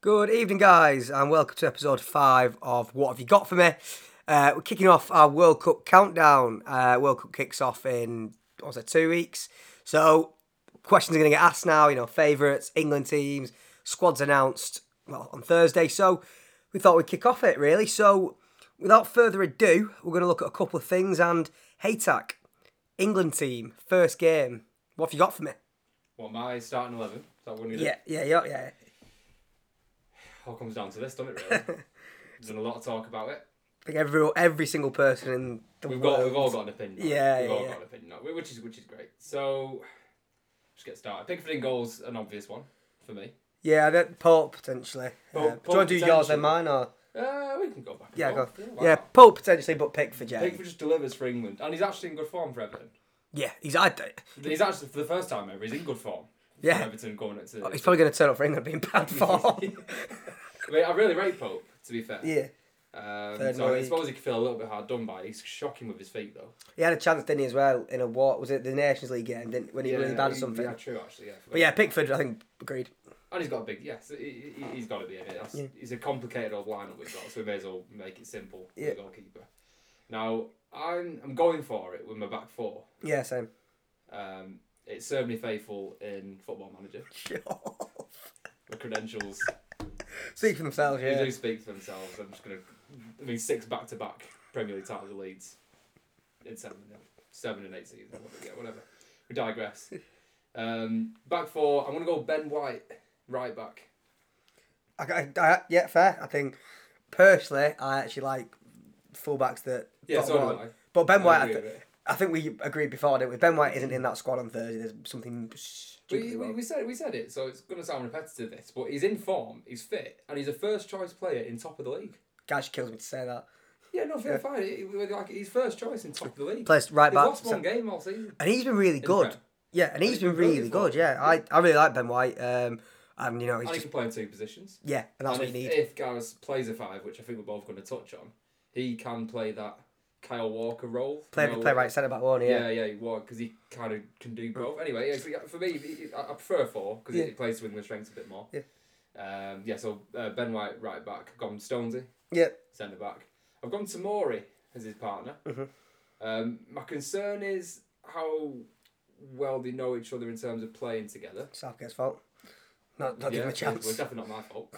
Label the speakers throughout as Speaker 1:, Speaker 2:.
Speaker 1: Good evening, guys, and welcome to episode five of What Have You Got For Me? Uh, we're kicking off our World Cup countdown. Uh, World Cup kicks off in, what was it, two weeks? So, questions are going to get asked now, you know, favourites, England teams, squads announced well, on Thursday. So, we thought we'd kick off it, really. So, without further ado, we're going to look at a couple of things. And, Haytak, England team, first game. What have you got for me?
Speaker 2: What my starting eleven? Is that what we
Speaker 1: Yeah, yeah, yeah, yeah.
Speaker 2: All comes down to this, doesn't it? Really? There's been a lot of talk about it.
Speaker 1: Like every every single person in the
Speaker 2: We've
Speaker 1: world.
Speaker 2: got, we've all got an opinion. on it.
Speaker 1: Yeah,
Speaker 2: we've
Speaker 1: yeah,
Speaker 2: all
Speaker 1: yeah.
Speaker 2: got an opinion, on it, which is which is great. So, just get started. Pickford in goals, an obvious one for me.
Speaker 1: Yeah, that Pope potentially.
Speaker 2: Pope-
Speaker 1: Uh, do
Speaker 2: Pope
Speaker 1: you want to do yours then
Speaker 2: potentially.
Speaker 1: mine or
Speaker 2: Uh, we can go back. and
Speaker 1: yeah, go.
Speaker 2: forth.
Speaker 1: Yeah,
Speaker 2: why not?
Speaker 1: Pope potentially, but Pickford. Yeah,
Speaker 2: Pickford just delivers for England, and he's actually in good form for Everton.
Speaker 1: yeah, he's I,
Speaker 2: He's actually for the first time ever. He's in good form. for
Speaker 1: Yeah.
Speaker 2: Everton going into.
Speaker 1: he's probably going to turn up for England being bad form.
Speaker 2: I, mean, I really rate Pope. To be fair.
Speaker 1: yeah,
Speaker 2: Um,
Speaker 1: Third
Speaker 2: so I
Speaker 1: league.
Speaker 2: suppose he could feel a little bit hard done by. He's shocking with his feet though.
Speaker 1: he had a chance didn't he as well in a what was it the Nations League game didn't, when he was really bad at
Speaker 2: he-
Speaker 1: something.
Speaker 2: Yeah, true actually. Yeah. I forgot
Speaker 1: But yeah, Pickford, I think agreed.
Speaker 2: And he's got a big, yes, he, he- he's got to be in it. That's, It's a complicated old lineup we've got, so we may as well make it simple for
Speaker 1: Yeah.
Speaker 2: the goalkeeper. Now, I'm, I'm going for it with my back four.
Speaker 1: Yeah, same.
Speaker 2: Um, it served me faithful in Football Manager. The credentials,
Speaker 1: Speak for themselves.
Speaker 2: they
Speaker 1: Yeah,
Speaker 2: do speak for themselves. I'm just going to, I mean, six back to back Premier League titles of Leeds in seven and eight, seven and eight seasons. Yeah, whatever. We digress. Um, back four, I'm going to go Ben White, right back.
Speaker 1: I, I, I, yeah, fair. I think personally, I actually like fullbacks that.
Speaker 2: Yeah,
Speaker 1: bottom
Speaker 2: so do
Speaker 1: line.
Speaker 2: I.
Speaker 1: But Ben
Speaker 2: I
Speaker 1: White, I,
Speaker 2: agree
Speaker 1: thi-
Speaker 2: with it.
Speaker 1: I think we agreed before, didn't we? Ben White isn't in that squad on Thursday. There's something
Speaker 2: We,
Speaker 1: stupidly
Speaker 2: we,
Speaker 1: wrong.
Speaker 2: we said we said it, so it's gonna sound repetitive this, but he's in form, he's fit, and he's a first choice player in top of the league.
Speaker 1: Guy just kills me to say that.
Speaker 2: Yeah, no, fair fine. He- he- like he's first choice in top of the league.
Speaker 1: Plays right
Speaker 2: They've
Speaker 1: back,
Speaker 2: Lost
Speaker 1: so-
Speaker 2: one game all season.
Speaker 1: And he's been really good.
Speaker 2: Prem.
Speaker 1: Yeah, and he's
Speaker 2: he's
Speaker 1: been
Speaker 2: been really
Speaker 1: really
Speaker 2: good.
Speaker 1: good. Yeah, I, I really like Ben White. Um, and you know he's
Speaker 2: And he
Speaker 1: just
Speaker 2: can play in two positions.
Speaker 1: yeah, and that's
Speaker 2: and
Speaker 1: what you
Speaker 2: if,
Speaker 1: need.
Speaker 2: if Gareth plays a five, which I think we're both going to touch on, he can play that Kyle Walker role.
Speaker 1: Play
Speaker 2: No,
Speaker 1: play right centre back one. Yeah.
Speaker 2: Yeah, yeah, he was because he kind of can do both. Anyway, yeah, so yeah, for me, he- I I prefer four because
Speaker 1: Yeah.
Speaker 2: it plays to England's strengths a bit more.
Speaker 1: Yeah.
Speaker 2: Um, yeah, so uh, Ben White right back, gone Stonesy.
Speaker 1: yeah,
Speaker 2: centre back. I've gone to Mori as his partner.
Speaker 1: Mm-hmm.
Speaker 2: Um, my concern is how well they know each other in terms of playing together.
Speaker 1: Southgate's fault. Not not giving him a
Speaker 2: so- Well,
Speaker 1: chance.
Speaker 2: definitely not my fault.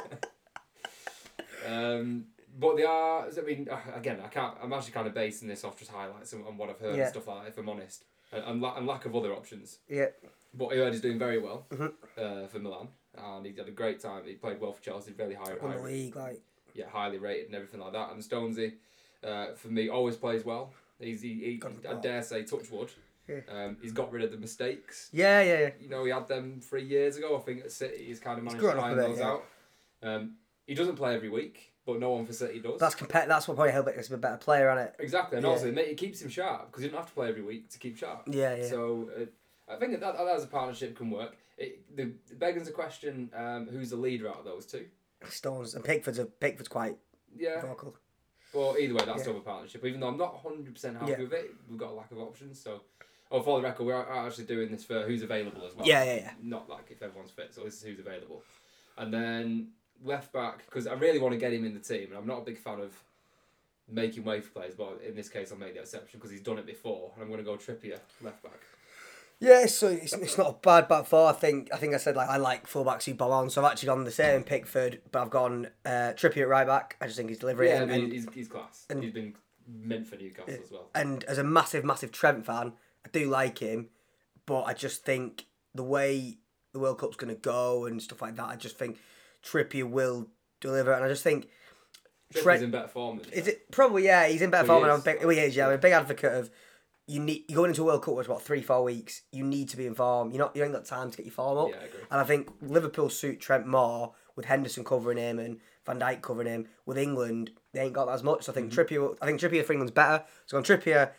Speaker 2: Uh, um, but they are. I mean, uh, again, I can't. I'm actually kind of basing this off just highlights and, and what I've heard
Speaker 1: Yeah.
Speaker 2: and stuff like that. If I'm honest, and, and, la- and lack of other options.
Speaker 1: Yeah,
Speaker 2: But he heard he's doing very well
Speaker 1: Mm-hmm.
Speaker 2: uh, for Milan, and he's had a great time. He played well for Chelsea, really high,
Speaker 1: won
Speaker 2: high
Speaker 1: the league like
Speaker 2: yeah, highly rated and everything like that. And Stonesy, uh, for me, always plays well. He's, he, he,
Speaker 1: Got the
Speaker 2: I
Speaker 1: ball.
Speaker 2: dare say, touch wood.
Speaker 1: Yeah.
Speaker 2: Um, he's got rid of the mistakes.
Speaker 1: yeah yeah yeah.
Speaker 2: You know, he had them three years ago. I think at City, he's kind of managed
Speaker 1: grown
Speaker 2: to
Speaker 1: up a
Speaker 2: iron
Speaker 1: bit,
Speaker 2: those
Speaker 1: yeah.
Speaker 2: out. Um, he doesn't play every week, but no one for City does.
Speaker 1: That's compet. That's what probably helped make us a better player on it.
Speaker 2: exactly, and
Speaker 1: Yeah.
Speaker 2: also mate, it keeps him sharp because you don't have to play every week to keep sharp.
Speaker 1: Yeah, yeah.
Speaker 2: So uh, I think that, that that as a partnership can work. It, the, it beggars the question: um, who's the leader out of those two?
Speaker 1: Stones and Pickford's a Pickford's quite
Speaker 2: Yeah,
Speaker 1: vocal.
Speaker 2: Well, either way, that's
Speaker 1: Yeah.
Speaker 2: still a partnership. Even though I'm not 100% happy
Speaker 1: Yeah.
Speaker 2: with it, we've got a lack of options. So, oh, for the record, we're a- actually doing this for who's available as well.
Speaker 1: Yeah, yeah, yeah.
Speaker 2: Not like if everyone's fit, so this is who's available. And then left back, because I really want to get him in the team, and I'm not a big fan of making way for players, but in this case, I'll make the exception because he's done it before, and I'm going to go Trippier left back.
Speaker 1: Yeah, so it's, it's not a bad back four. I think I think I said like I like fullbacks who bomb on, so I've actually gone the same Pickford, but I've gone uh, Trippier at right back. I just think he's delivering.
Speaker 2: Yeah, I
Speaker 1: and,
Speaker 2: mean, he's, he's class. he's been meant for Newcastle as well.
Speaker 1: and as a massive, massive Trent fan, I do like him, but I just think the way the World Cup's going to go and stuff like that, I just think Trippier will deliver, and I just think
Speaker 2: Trippier's in better form than
Speaker 1: is it probably yeah he's in better form.
Speaker 2: he
Speaker 1: And I'm a
Speaker 2: is.
Speaker 1: big, well, he is, yeah, I'm a big advocate of you need you going into a World Cup which is what three four weeks. You need to be in form. You are not you ain't got time to get your form up.
Speaker 2: Yeah, I agree.
Speaker 1: And I think Liverpool suit Trent more with Henderson covering him and Van Dijk covering him. With England, they ain't got that as much. So I think
Speaker 2: Mm-hmm.
Speaker 1: Trippier, I think Trippier for England's better. So on Trippier,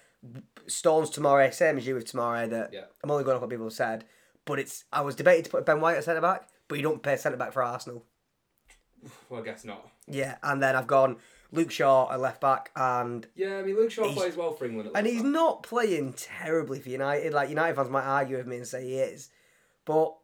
Speaker 1: Stones tomorrow, same as you with tomorrow. That
Speaker 2: Yeah.
Speaker 1: I'm only going off what people have said. But it's I was debated to put Ben White at centre back, but you don't pay centre back for Arsenal.
Speaker 2: Well, I guess not.
Speaker 1: Yeah, and then I've gone Luke Shaw at left back and
Speaker 2: Yeah, I mean, Luke Shaw plays well for England. At
Speaker 1: and
Speaker 2: left
Speaker 1: he's
Speaker 2: back.
Speaker 1: not playing terribly for United. Like United fans might argue with me and say he is, but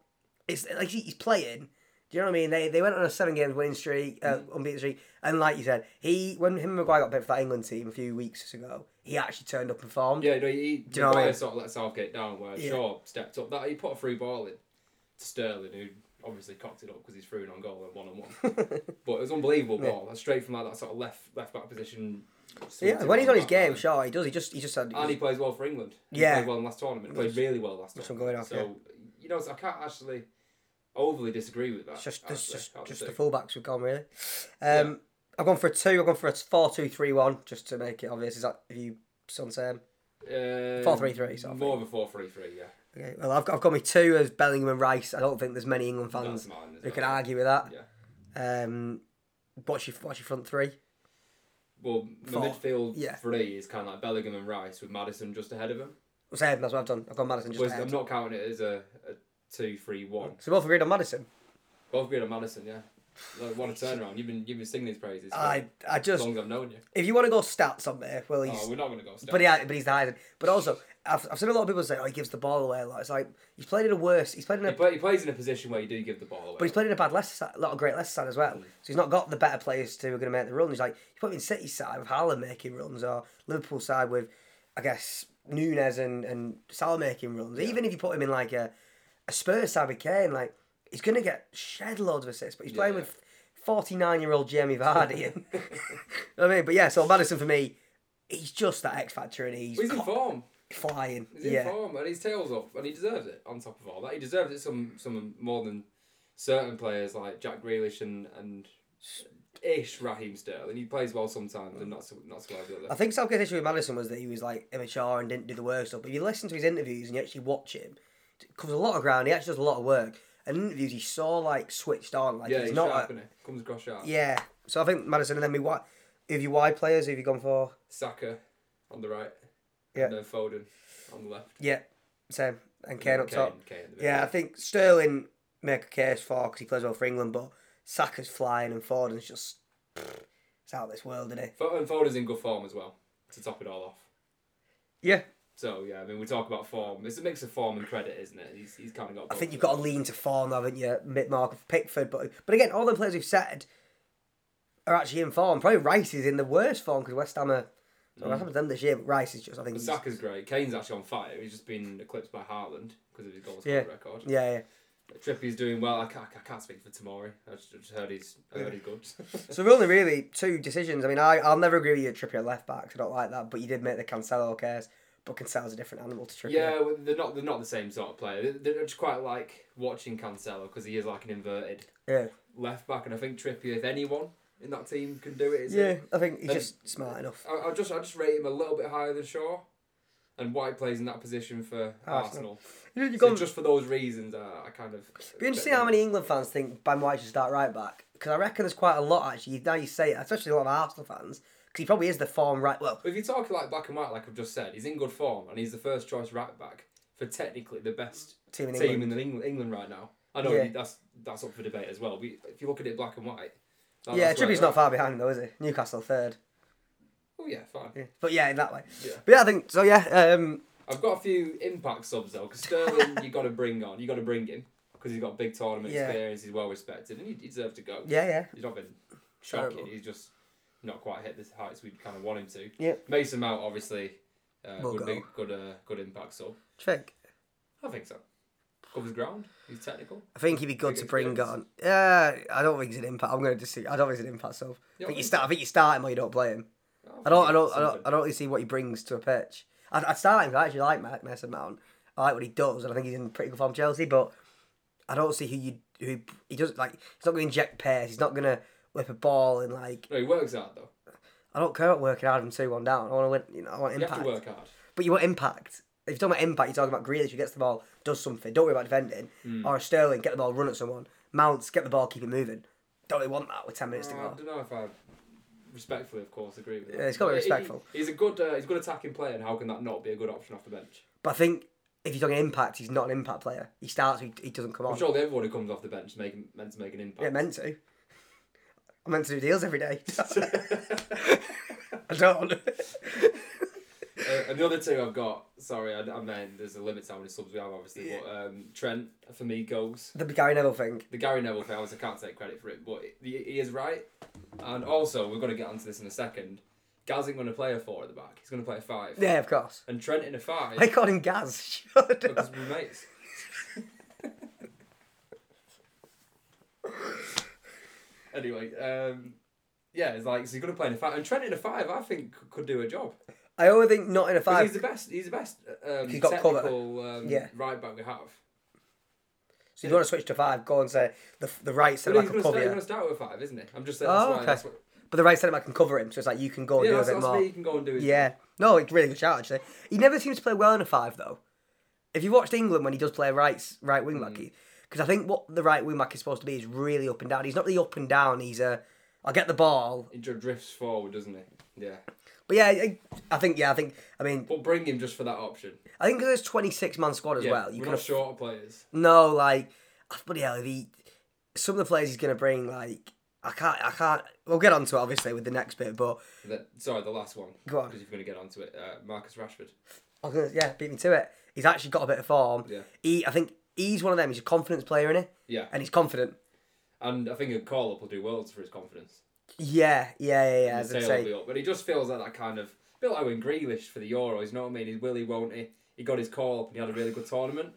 Speaker 1: it's like he- he's playing. Do you know what I mean? They, they went on a seven games winning streak, uh,
Speaker 2: Mm.
Speaker 1: unbeaten streak, and like you said, he when him and Maguire got picked for that England team a few weeks ago, he actually turned up and formed.
Speaker 2: Yeah, no, he,
Speaker 1: you know what I
Speaker 2: Maguire
Speaker 1: mean?
Speaker 2: sort of let Southgate down where
Speaker 1: Yeah.
Speaker 2: Shaw stepped up. That he put a free ball in to Sterling, who obviously cocked it up because he's through and on goal and one on one. But it was unbelievable ball. That's straight from like that sort of left left back position.
Speaker 1: yeah.
Speaker 2: swung
Speaker 1: When
Speaker 2: it
Speaker 1: he's on his
Speaker 2: back
Speaker 1: game,
Speaker 2: line.
Speaker 1: sure he does. He just he just had
Speaker 2: and he plays well for England. He
Speaker 1: Yeah.
Speaker 2: played well in the last tournament. He played really well last
Speaker 1: That's
Speaker 2: tournament.
Speaker 1: what I'm going off,
Speaker 2: so you know, I can't actually overly disagree with that.
Speaker 1: It's just it's
Speaker 2: actually,
Speaker 1: just,
Speaker 2: I'll
Speaker 1: just
Speaker 2: say.
Speaker 1: the fullbacks we've gone really. Um, I've gone for a two. I've gone for a four-two-three-one just to make it obvious. Is that if you some term?
Speaker 2: Uh,
Speaker 1: 4-3-3, sort of
Speaker 2: More of a four three three, yeah.
Speaker 1: Okay. Well, I've got, I've got me two as Bellingham and Rice. I don't think there's many England
Speaker 2: That's
Speaker 1: fans
Speaker 2: mine. as
Speaker 1: who
Speaker 2: well.
Speaker 1: can argue with that.
Speaker 2: Yeah.
Speaker 1: Um, what's your what's your front three?
Speaker 2: Well, the
Speaker 1: Four.
Speaker 2: midfield
Speaker 1: Yeah.
Speaker 2: three is kind of like Bellingham and Rice with Madison just ahead of him.
Speaker 1: Same. That's what I've done. I've got Madison just
Speaker 2: Whereas
Speaker 1: ahead.
Speaker 2: I'm not counting it as a, a two three one.
Speaker 1: So we both agreed on Madison.
Speaker 2: Both being a Madison, yeah. Like, what a turnaround! You've been you've been singing these praises for
Speaker 1: I I
Speaker 2: as
Speaker 1: just
Speaker 2: long as I've known you.
Speaker 1: if you want to go stats on there, well he's
Speaker 2: Oh, we're not gonna go. Steph.
Speaker 1: but yeah, but he's the highest. But also, I've, I've seen a lot of people say, oh, he gives the ball away a lot. It's like he's played in a worse. He's played in a
Speaker 2: He, play, he plays in a position where you do give the ball away.
Speaker 1: But he's played in a bad Leicester side, a lot of great Leicester side as well. So he's not got the better players to who are going to make the runs. He's like, you put him in City side with Haaland making runs or Liverpool side with, I guess, Nunes and, and Salah making runs. Even if you put him in like a, a Spurs side with Kane, like, he's going to get shed loads of assists. But he's playing
Speaker 2: yeah.
Speaker 1: with 49 year old Jamie Vardy. and, you know what I mean? But yeah, so Madison for me, he's just that X factor and he's,
Speaker 2: He's in
Speaker 1: co-
Speaker 2: form.
Speaker 1: flying.
Speaker 2: He's in
Speaker 1: Yeah.
Speaker 2: form, and his tails off, and he deserves it. On top of all that, he deserves it. Some some more than certain players like Jack Grealish and and ish Raheem Sterling. He plays well sometimes, and not so not so well the
Speaker 1: I
Speaker 2: other.
Speaker 1: think Southgate's issue with Madison was that he was like immature and didn't do the work stuff. But if you listen to his interviews and you actually watch him, it covers a lot of ground. He actually does a lot of work. And in interviews, he's so like switched on. Like
Speaker 2: Yeah,
Speaker 1: he's,
Speaker 2: he's
Speaker 1: not.
Speaker 2: sharp,
Speaker 1: a-
Speaker 2: innit? Comes across sharp.
Speaker 1: yeah. So I think Madison and then we what? If you wide players, who have you gone for?
Speaker 2: Saka on the right.
Speaker 1: Yeah.
Speaker 2: And then Foden on the left.
Speaker 1: Yeah, same. And Kane up top.
Speaker 2: Kane in the middle.
Speaker 1: Yeah, I think Sterling make a case for because he plays well for England, but Saka's flying and Foden's just it's out of this world, isn't
Speaker 2: Fo- And Foden's in good form as well to top it all off.
Speaker 1: he? Yeah,
Speaker 2: So yeah, I mean we talk about form. It's a mix of form and credit, isn't it? He's, he's kind of got.
Speaker 1: I think you've got to lean to form, haven't you? Mick Mark Pickford, but but again, all the players we've said are actually in form. Probably Rice is in the worst form because West Ham are. so
Speaker 2: Mm.
Speaker 1: West Ham have done this year, but Rice is just. I think. he's-
Speaker 2: Saka's great. Kane's actually on fire. He's just been eclipsed by Haaland because of his goal scoring
Speaker 1: Yeah.
Speaker 2: record.
Speaker 1: Yeah, yeah.
Speaker 2: Trippy's doing well. I can't, I can't speak for Tamori. I just, I just heard he's I heard he's good.
Speaker 1: So really, really two decisions. I mean, I I'll never agree with you, at Trippier left back. 'cause I don't like that, but you did make the Cancelo case. But Cancelo's a different animal to Trippier.
Speaker 2: yeah, well, they're not they're not the same sort of player. They- They're just quite like watching Cancelo because he is like an inverted
Speaker 1: yeah,
Speaker 2: left back, and I think Trippier, if anyone in that team can do it, is
Speaker 1: yeah. I think he's
Speaker 2: Um,
Speaker 1: just smart enough.
Speaker 2: I, I just I just rate him a little bit higher than Shaw, and White plays in that position for Arsenal.
Speaker 1: Arsenal. You've
Speaker 2: So
Speaker 1: gone-
Speaker 2: just for those reasons, uh, I kind of.
Speaker 1: Be interesting how many England fans think Ben White should start right back because I reckon there's quite a lot actually. Now you say it, especially a lot of Arsenal fans because he probably is the form right. Well,
Speaker 2: If you talk like black and white, like I've just said, he's in good form and he's the first choice right back for technically the best
Speaker 1: Team in
Speaker 2: team in the England, England right now. I know
Speaker 1: Yeah.
Speaker 2: you- that's that's up for debate as well. But if you look at it black and white.
Speaker 1: Yeah,
Speaker 2: that- Oh, that's where
Speaker 1: Trippier's
Speaker 2: they're
Speaker 1: not far behind him though, is he? Newcastle third.
Speaker 2: at. Oh yeah, fine.
Speaker 1: But yeah, in that way.
Speaker 2: Yeah.
Speaker 1: But yeah, I think so. Yeah, um,
Speaker 2: I've got a few impact subs though, because Sterling, you got to bring on, you got to bring him because he's got big tournament
Speaker 1: Yeah.
Speaker 2: experience, he's well respected, and he deserves to go.
Speaker 1: yeah, yeah.
Speaker 2: He's not been shocking.
Speaker 1: Terrible.
Speaker 2: He's just not quite hit the heights we kind of want him to.
Speaker 1: Yep.
Speaker 2: Mason Mount obviously uh,
Speaker 1: Will
Speaker 2: good,
Speaker 1: go.
Speaker 2: big, good, uh, good impact sub.
Speaker 1: Trick.
Speaker 2: I think so. Covers ground. He's technical.
Speaker 1: I think he'd be good
Speaker 2: Big
Speaker 1: to bring on.
Speaker 2: experience.
Speaker 1: Yeah, I don't think he's an impact. I'm going to just see. I don't think he's an impact sub. I
Speaker 2: Yeah,
Speaker 1: think you
Speaker 2: I think
Speaker 1: start. I think you start him or you don't play him.
Speaker 2: Oh,
Speaker 1: I don't. I don't. I
Speaker 2: yeah,
Speaker 1: don't.
Speaker 2: something.
Speaker 1: I don't really see what he brings to a pitch. I'd, I'd start him. 'cause I actually like Ma- Mason Mount. I like what he does, and I think he's in pretty good form, Chelsea. But I don't see who you who he does like. He's not going to inject pace. He's not going to whip a ball and like.
Speaker 2: No, he works hard though.
Speaker 1: I don't care about working hard and two one down. I want to win. You know, I want
Speaker 2: You
Speaker 1: impact.
Speaker 2: have to work hard.
Speaker 1: But you want impact. If you're talking about impact, you're talking about Grealish who gets the ball, does something. Don't worry about defending.
Speaker 2: Hmm.
Speaker 1: Or Sterling, get the ball, run at someone. Mounts, get the ball, keep it moving. Don't really want that with ten minutes to
Speaker 2: I
Speaker 1: go.
Speaker 2: don't know if I respectfully, of course, agree with that.
Speaker 1: Yeah, he's gotta be
Speaker 2: But he-
Speaker 1: respectful.
Speaker 2: he's a good. Uh, he's a good attacking player, and how can that not be a good option off the bench?
Speaker 1: But I think if you're talking impact, he's not an impact player. He starts, he, he doesn't come on.
Speaker 2: I'm sure that everyone who comes off the bench is making, meant to make an
Speaker 1: Yeah,
Speaker 2: impact.
Speaker 1: meant to. I'm meant to do deals every day. I don't.
Speaker 2: Uh, and the other two I've got, sorry, I, I meant there's a limit to how many subs we have, obviously. But um, Trent, for me, goes.
Speaker 1: The Gary Neville thing.
Speaker 2: The Gary Neville thing, obviously, I can't take credit for it, but he, he is right. And also, we're going to get onto this in a second. Gaz isn't going to play a four at the back, he's going to play a five.
Speaker 1: Yeah, of course.
Speaker 2: And Trent in a five,
Speaker 1: They called him Gaz. Sure, no.
Speaker 2: because we're mates. anyway, um, yeah, it's like, so he's going to play in a five. And Trent in a five, I think, could- could do a job.
Speaker 1: I only think not in a
Speaker 2: Because he's
Speaker 1: five.
Speaker 2: the best. He's the best. Um,
Speaker 1: He's got cover.
Speaker 2: technical um,
Speaker 1: Yeah.
Speaker 2: right back we have.
Speaker 1: So you want to switch to five? Go and say the the right
Speaker 2: But
Speaker 1: centre
Speaker 2: he's
Speaker 1: back will
Speaker 2: going to start,
Speaker 1: cover
Speaker 2: he's
Speaker 1: you.
Speaker 2: gonna start with five, isn't he? I'm just saying. That's
Speaker 1: Oh,
Speaker 2: why, that's
Speaker 1: okay.
Speaker 2: what,
Speaker 1: But the right centre back can cover him, so it's like you can go and
Speaker 2: yeah,
Speaker 1: do a
Speaker 2: that's,
Speaker 1: bit
Speaker 2: that's
Speaker 1: more.
Speaker 2: where you can go and do his
Speaker 1: Yeah. No, it's a really good shout actually. He never seems to play well in a five though. If you watched England when he does play right right wing
Speaker 2: Hmm.
Speaker 1: back, because I think what the right wing back is supposed to be is really up and down. He's not really up and down. He's a I'll get the ball,
Speaker 2: He dr- drifts forward, doesn't he? Yeah.
Speaker 1: but yeah, I, I think yeah, I think I mean
Speaker 2: But bring him just for that option.
Speaker 1: I think 'cause there's 26 man squad as
Speaker 2: Yeah,
Speaker 1: well. You
Speaker 2: we're
Speaker 1: can
Speaker 2: not
Speaker 1: aff-
Speaker 2: short of players.
Speaker 1: no like bloody hell. If he, some of the players he's gonna bring like I can't I can't. We'll get onto it obviously with the next bit, but
Speaker 2: That, sorry, the last one.
Speaker 1: Go on.
Speaker 2: Because you're going to get onto it. Uh, Marcus Rashford.
Speaker 1: I was gonna, yeah, beat me to it. He's actually got a bit of form.
Speaker 2: Yeah.
Speaker 1: He I think he's one of them. He's a confidence player in it,
Speaker 2: Yeah.
Speaker 1: and he's confident.
Speaker 2: And I think a call up will do worlds for his confidence.
Speaker 1: Yeah, yeah, yeah, yeah.
Speaker 2: His
Speaker 1: As I
Speaker 2: tail will
Speaker 1: say,
Speaker 2: be up. But he just feels like that kind of. A bit like when Grealish for the Euros, you know what I mean? He's willy, won't he? He got his call up and he had a really good tournament.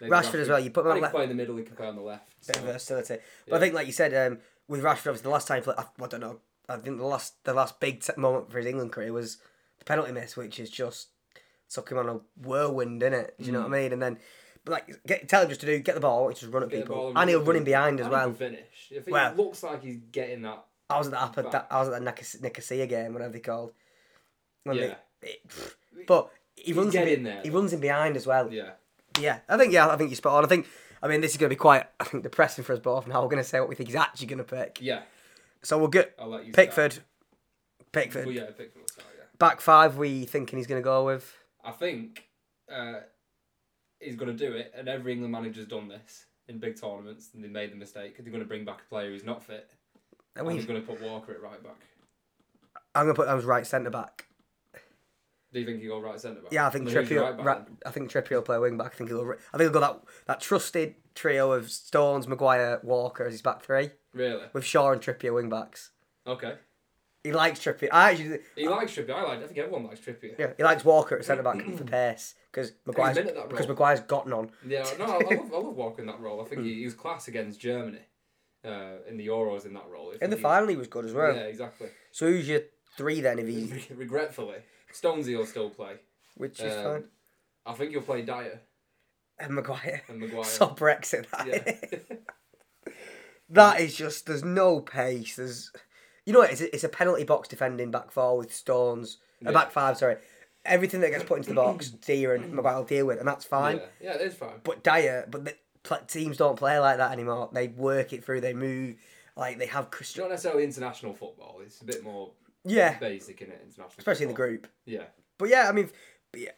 Speaker 2: Maybe
Speaker 1: Rashford as well, you put him
Speaker 2: and
Speaker 1: on
Speaker 2: he
Speaker 1: left-
Speaker 2: can play in the middle, he can play on the left.
Speaker 1: bit of
Speaker 2: so-
Speaker 1: versatility. But I think, like you said, um, with Rashford, obviously the last time, he played- I, I don't know, I think the last the last big t- moment for his England career was the penalty miss, which is just took him on a whirlwind, did it? Do you know
Speaker 2: Mm.
Speaker 1: what I mean? And then, but like, get, tell him just to do, get the ball, just run at
Speaker 2: Get the
Speaker 1: people,
Speaker 2: ball
Speaker 1: and he'll run in
Speaker 2: through.
Speaker 1: behind as
Speaker 2: And
Speaker 1: well.
Speaker 2: he can finish. If he
Speaker 1: Well-
Speaker 2: looks like he's getting that,
Speaker 1: I was at that, upper, that I was at that Nicosia, Nicosia game, E whatever they called. When they-
Speaker 2: Yeah.
Speaker 1: it- pff, but he runs in,
Speaker 2: getting
Speaker 1: be-
Speaker 2: there,
Speaker 1: He
Speaker 2: though.
Speaker 1: runs in behind as well.
Speaker 2: yeah,
Speaker 1: Yeah, I think yeah, I think you're spot on. I think I mean this is going to be quite I think depressing for us both now. We're going to say what we think he's actually going to pick.
Speaker 2: yeah,
Speaker 1: So we'll get
Speaker 2: I'll let you.
Speaker 1: Pickford,
Speaker 2: Start.
Speaker 1: Pickford
Speaker 2: Well, yeah, Pickford. Will start, yeah.
Speaker 1: back five. We thinking he's going to go with.
Speaker 2: I think uh, he's going to do it, and every England manager's done this in big tournaments, and they made the mistake. They're going to bring back a player who's not fit.
Speaker 1: I
Speaker 2: And
Speaker 1: mean,
Speaker 2: he's going to put Walker at right back.
Speaker 1: I'm going to put them as right centre back.
Speaker 2: Do you think he'll go right centre back?
Speaker 1: Yeah, I think
Speaker 2: And who's your
Speaker 1: Trippier.
Speaker 2: back
Speaker 1: Right
Speaker 2: then?
Speaker 1: I think Trippier will play wing back. I think he'll. re- I think he'll go that that trusted trio of Stones, Maguire, Walker as his back three
Speaker 2: Really?
Speaker 1: with Shaw and Trippier wing backs.
Speaker 2: Okay.
Speaker 1: He likes Trippier. I actually.
Speaker 2: He likes Trippier. I like. I think everyone likes Trippier.
Speaker 1: Yeah, he likes Walker at centre back for pace because Maguire's
Speaker 2: been at that
Speaker 1: because
Speaker 2: role.
Speaker 1: Maguire's got none.
Speaker 2: Yeah, no, I, I love, I love Walker in that role. I think
Speaker 1: Hmm.
Speaker 2: he, he was class against Germany uh, in the Euros in that role. I
Speaker 1: In
Speaker 2: think
Speaker 1: the
Speaker 2: he-
Speaker 1: final, he was good as well.
Speaker 2: Yeah, exactly.
Speaker 1: So who's your three then? If he,
Speaker 2: Regretfully, Stonesy will still play.
Speaker 1: which is
Speaker 2: Um,
Speaker 1: fine.
Speaker 2: I think he'll play Dyer
Speaker 1: And Maguire.
Speaker 2: and Maguire.
Speaker 1: So Brexit. That,
Speaker 2: yeah.
Speaker 1: that is just. There's no pace. There's, you know, what, it's a, it's a penalty box defending back four with Stones. A
Speaker 2: Yeah.
Speaker 1: back five, sorry. Everything that gets put into the box, Dyer and Maguire will deal with, and that's fine.
Speaker 2: yeah, yeah, it is fine.
Speaker 1: But Dyer, but the pl- teams don't play like that anymore. They work it through. They move. Like they have.
Speaker 2: It's
Speaker 1: Christian.
Speaker 2: not necessarily international football. It's a bit more
Speaker 1: Yeah,
Speaker 2: basic in it, international.
Speaker 1: especially in the
Speaker 2: football.
Speaker 1: group.
Speaker 2: Yeah,
Speaker 1: But yeah, I mean, but yeah,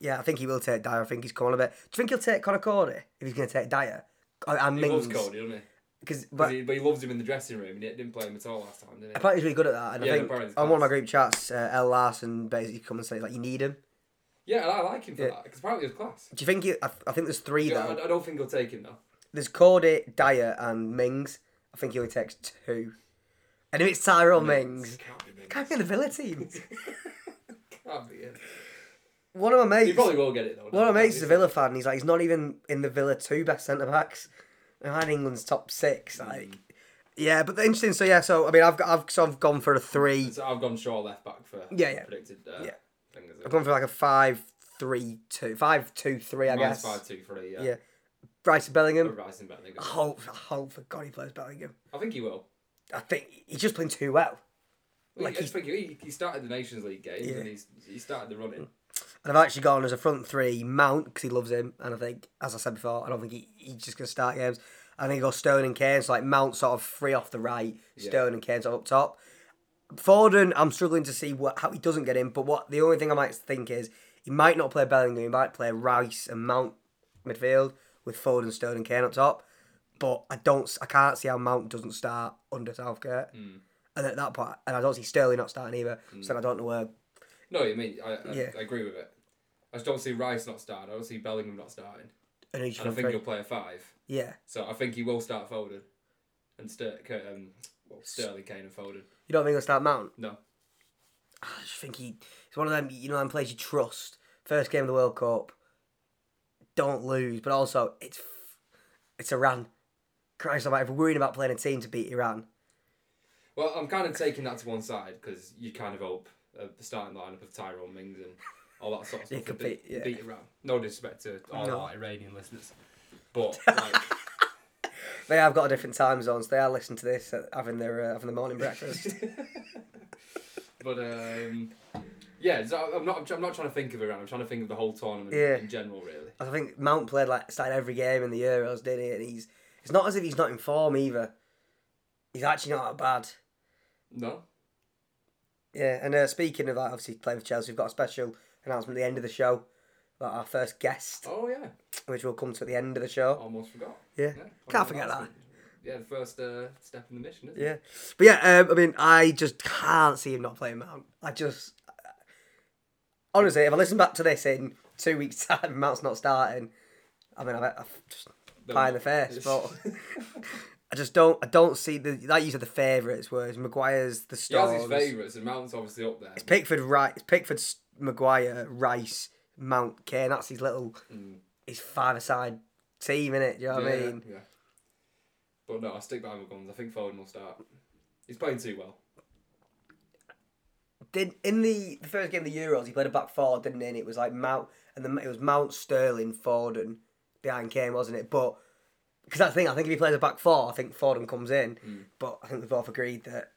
Speaker 1: yeah, I think he will take Dyer. I think he's coming a bit. Do you think he'll take Connor Cody if he's going to take Dyer? I, I
Speaker 2: he loves
Speaker 1: Mings.
Speaker 2: Cody, doesn't he?
Speaker 1: 'Cause-
Speaker 2: 'Cause
Speaker 1: but
Speaker 2: he- But he loves him in the dressing room, and he didn't play him at all last time, did he?
Speaker 1: apparently he's really good at that. And
Speaker 2: Yeah,
Speaker 1: I think
Speaker 2: apparently he's
Speaker 1: on one of my
Speaker 2: class.
Speaker 1: group chats, uh, L Larson basically come and say like, you need him.
Speaker 2: Yeah, and I like him for
Speaker 1: Yeah.
Speaker 2: that because apparently he was class.
Speaker 1: Do you think? He, I, I think there's three
Speaker 2: Yeah,
Speaker 1: though.
Speaker 2: I, I don't think he'll take him though.
Speaker 1: There's Cody, Dyer, and Mings. I think he only takes two. And if it's Tyrone Mings,
Speaker 2: Can't be Mings.
Speaker 1: Mm. can't be in the Villa team.
Speaker 2: Can't be him.
Speaker 1: One of my
Speaker 2: He
Speaker 1: mates,
Speaker 2: probably will get it though.
Speaker 1: one of
Speaker 2: doesn't
Speaker 1: my
Speaker 2: he?
Speaker 1: mates is a Villa fan. He's like, he's not even in the Villa two best centre backs. And England's top six,
Speaker 2: Mm.
Speaker 1: like. Yeah, but the interesting. So yeah, so I mean, I've got, I've so I've gone for a three.
Speaker 2: So I've gone Shaw left back for
Speaker 1: Yeah, yeah.
Speaker 2: predicted. Uh,
Speaker 1: Yeah.
Speaker 2: thing, is it?
Speaker 1: I've gone for like a five, three, two, five, two, three. I guess.
Speaker 2: Mine's five two three. Yeah.
Speaker 1: Yeah. Oh. Bryce Bellingham.
Speaker 2: Rising back. I think.
Speaker 1: I hope, I hope for God he plays Bellingham.
Speaker 2: I think he will.
Speaker 1: I think he's just playing too well. Like
Speaker 2: Like
Speaker 1: he's-
Speaker 2: he, he started the Nations League games
Speaker 1: Yeah.
Speaker 2: and he's he started the running.
Speaker 1: And I've actually gone as a front three Mount because he loves him, and I think, as I said before, I don't think he, he's just gonna start games. I think he goes Stone and Kane, so like Mount sort of free off the right, Stone and Kane sort of up top. Foden, I'm struggling to see what how he doesn't get in, but what the only thing I might think is he might not play Bellingham, he might play Rice and Mount midfield with Foden, Stone and Kane up top. But I don't, I can't see how Mount doesn't start
Speaker 2: Hmm.
Speaker 1: under Southgate, and at that point, and I don't see Sterling not starting either. So I don't know where
Speaker 2: No, I mean, I, I,
Speaker 1: Yeah.
Speaker 2: I agree with it. I just don't see Rice not starting. I don't see Bellingham not starting.
Speaker 1: And he's
Speaker 2: And I
Speaker 1: gonna
Speaker 2: think
Speaker 1: play-
Speaker 2: he'll play a five.
Speaker 1: yeah,
Speaker 2: So I think he will start Foden. And Ster- K- um, well, Sterling, Kane, and Foden.
Speaker 1: you don't think he'll start Mount?
Speaker 2: No.
Speaker 1: I just think he, he's one of them, you know, them players you trust. First game of the World Cup, don't lose. But also, it's f- it's Iran. Christ, I'm ever worrying about playing a team to beat Iran.
Speaker 2: Well, I'm kind of taking that to one side because you kind of hope uh, the starting lineup of Tyrone Mings and all that sort of
Speaker 1: Yeah,
Speaker 2: stuff will
Speaker 1: compete,
Speaker 2: beat,
Speaker 1: yeah.
Speaker 2: beat Iran. No disrespect to all
Speaker 1: No.
Speaker 2: our Iranian listeners. But, like,
Speaker 1: They have got a different time zones. They are listening to this, uh, having their uh, having their morning breakfast.
Speaker 2: but um, yeah, so I'm not, I'm not trying to think of Iran. I'm trying to think of the whole tournament
Speaker 1: Yeah.
Speaker 2: in general, really.
Speaker 1: I think Mount played like started every game in the Euros, didn't he? And he's it's not as if he's not in form either. He's actually not that bad.
Speaker 2: No?
Speaker 1: Yeah, and uh, speaking of that, obviously playing for Chelsea, we've got a special announcement at the end of the show about our first guest,
Speaker 2: Oh, yeah.
Speaker 1: which will come to at the end of the show.
Speaker 2: Almost forgot.
Speaker 1: Yeah,
Speaker 2: Oh, Yeah,
Speaker 1: can't forget that.
Speaker 2: Yeah, the first uh, step in the mission, isn't
Speaker 1: Yeah, but yeah, um, I mean, I just can't see him not playing Mount. I just uh, honestly, if I listen back to this in two weeks' time, Mount's not starting. I mean, I, I just
Speaker 2: it?
Speaker 1: pie in the face, but I just don't. I don't see the like you said the favourites were Maguire's the
Speaker 2: he has
Speaker 1: stars.
Speaker 2: his favourites, and Mount's obviously up there.
Speaker 1: Pickford Rice, Pickford S- Maguire Rice Mount Kane. That's his little his five-a-side team in it. You know what I
Speaker 2: Mm. Yeah,
Speaker 1: mean?
Speaker 2: yeah. But no, I stick by my guns. I think Foden will start. He's playing too well.
Speaker 1: Did in the, the first game of the Euros he played a back four, didn't he? And it was like Mount and the, it was Mount Sterling Foden behind Kane, wasn't it? But because that's the thing, I think if he plays a back four, I think Foden comes in.
Speaker 2: Hmm.
Speaker 1: But I think we've both agreed that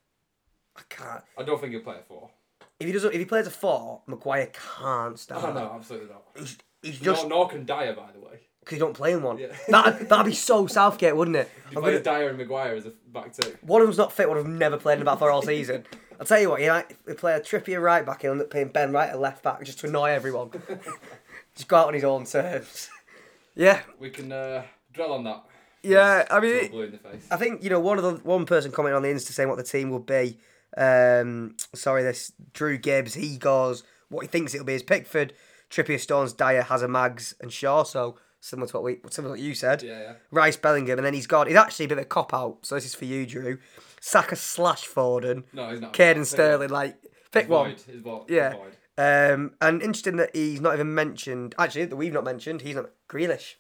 Speaker 1: I can't.
Speaker 2: I don't think he'll play a four.
Speaker 1: If he doesn't, if he plays a four, Maguire can't
Speaker 2: Oh,
Speaker 1: start.
Speaker 2: no, absolutely not.
Speaker 1: He's, he's
Speaker 2: Nor-
Speaker 1: just
Speaker 2: nor can Dyer, by the way.
Speaker 1: because you don't play in one.
Speaker 2: Yeah.
Speaker 1: That that'd be so Southgate, wouldn't it?
Speaker 2: He
Speaker 1: I'm
Speaker 2: plays
Speaker 1: gonna-
Speaker 2: Dyer and Maguire as a back two.
Speaker 1: one of them's not fit. One of them never played in about four all season. I'll tell you what, you know, we play a Trippier right back, he'll end up playing Ben right at left back just to annoy everyone. just go out on his own terms. yeah,
Speaker 2: We can uh, drill on that.
Speaker 1: yeah. I
Speaker 2: Till
Speaker 1: mean,
Speaker 2: blue in the face.
Speaker 1: I think you know one of the one person commenting on the Insta saying what the team will be. Um, sorry, this Drew Gibbs. He goes what he thinks it'll be is Pickford, Trippier, Stones, Dyer, Hazard, Mags, and Shaw. So similar to what we similar to what you said.
Speaker 2: Yeah, yeah.
Speaker 1: Rice, Bellingham, and then he's got. He's actually a bit of a cop out. So this is for you, Drew. Saka slash Foden,
Speaker 2: No, he's not.
Speaker 1: Caden Sterling. Like pick one.
Speaker 2: Void. His void.
Speaker 1: Yeah.
Speaker 2: Void.
Speaker 1: Um, and interesting that he's not even mentioned. Actually, that we've not mentioned. He's not Grealish.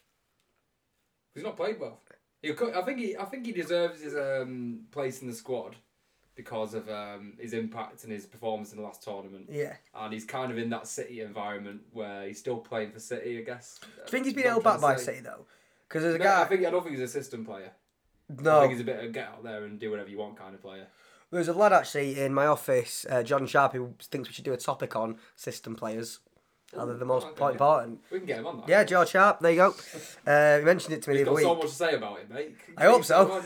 Speaker 2: He's not played well. He, I think he, I think he deserves his um, place in the squad because of um, his impact and his performance in the last tournament.
Speaker 1: Yeah.
Speaker 2: And he's kind of in that City environment where he's still playing for City, I guess.
Speaker 1: I think he's been held back by City though, because there's a
Speaker 2: No,
Speaker 1: guy.
Speaker 2: I think I don't think he's a system player. I
Speaker 1: no,
Speaker 2: think he's a bit of get out there and do whatever you want kind of player.
Speaker 1: There's a lad actually in my office, uh, John Sharp, who thinks we should do a topic on system players. Are they the most
Speaker 2: okay.
Speaker 1: important?
Speaker 2: We can get him on that.
Speaker 1: Yeah, George Sharp, there you go. Uh, he mentioned it to me
Speaker 2: He's
Speaker 1: the other
Speaker 2: got so
Speaker 1: week.
Speaker 2: much to say about it, mate.
Speaker 1: I hope so.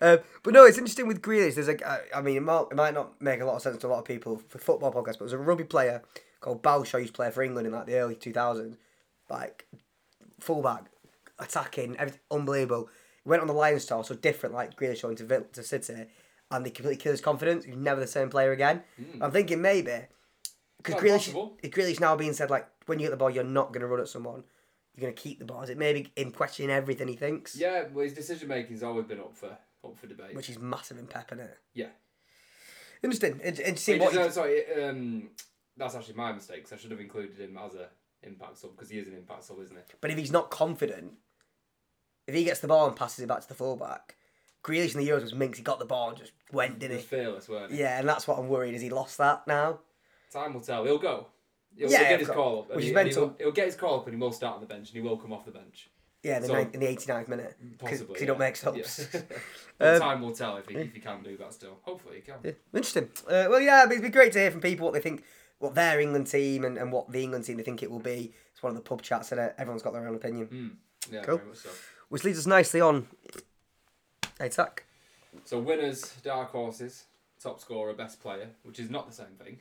Speaker 1: Uh, but no, it's interesting with Grealish. There's a, uh, I- I mean, it might, it might not make a lot of sense to a lot of people for football podcasts, but there's a rugby player called Balshaw used to play for England in like the early 2000s, like fullback, attacking, everything, unbelievable. He went on the Lions tour, so different, like Grealish going to, Vil- to City, and they completely killed his confidence. He's never the same player again. I'm thinking maybe because
Speaker 2: Hmm. Not
Speaker 1: Grealish,
Speaker 2: possible.
Speaker 1: Grealish now being said like when you get the ball, you're not going to run at someone. You're going to keep the ball. Is it maybe him questioning everything he thinks?
Speaker 2: yeah, well, his decision making's always been up for up for debate.
Speaker 1: Which is massive in Pep, is it?
Speaker 2: yeah.
Speaker 1: Interesting. And, and see
Speaker 2: He
Speaker 1: what he-
Speaker 2: deserves- sorry, um, that's actually my mistake 'cause I should have included him as a impact sub because he is an impact sub, isn't he?
Speaker 1: But if he's not confident, if he gets the ball and passes it back to the fullback, Grealish in the Euros was Minx. He got the ball and just went,
Speaker 2: He
Speaker 1: didn't
Speaker 2: was fearless, weren't
Speaker 1: he?
Speaker 2: he?
Speaker 1: Yeah, and that's what I'm worried. Is he lost that now?
Speaker 2: Time will tell. He'll go. He'll,
Speaker 1: Yeah,
Speaker 2: he'll
Speaker 1: of
Speaker 2: get his
Speaker 1: course.
Speaker 2: call up. and
Speaker 1: Which
Speaker 2: he-
Speaker 1: is
Speaker 2: and he
Speaker 1: mental.
Speaker 2: will- He'll get his call up and he will start on the bench and he will come off the bench.
Speaker 1: Yeah, the
Speaker 2: So-
Speaker 1: ninth in the 89th minute because
Speaker 2: Possibly.
Speaker 1: he don't
Speaker 2: yeah.
Speaker 1: make subs.
Speaker 2: Yeah. But
Speaker 1: Um,
Speaker 2: time will tell if he, if he can do that still. Hopefully he can.
Speaker 1: Interesting. Uh, well, yeah, it'd be great to hear from people what they think, what their England team and, and what the England team they think it will be. It's one of the pub chats, and everyone's got their own opinion,
Speaker 2: Mm. Yeah,
Speaker 1: Cool.
Speaker 2: very much so.
Speaker 1: which leads us nicely on. Attack.
Speaker 2: So winners, dark horses, top scorer, best player, which is not the same thing,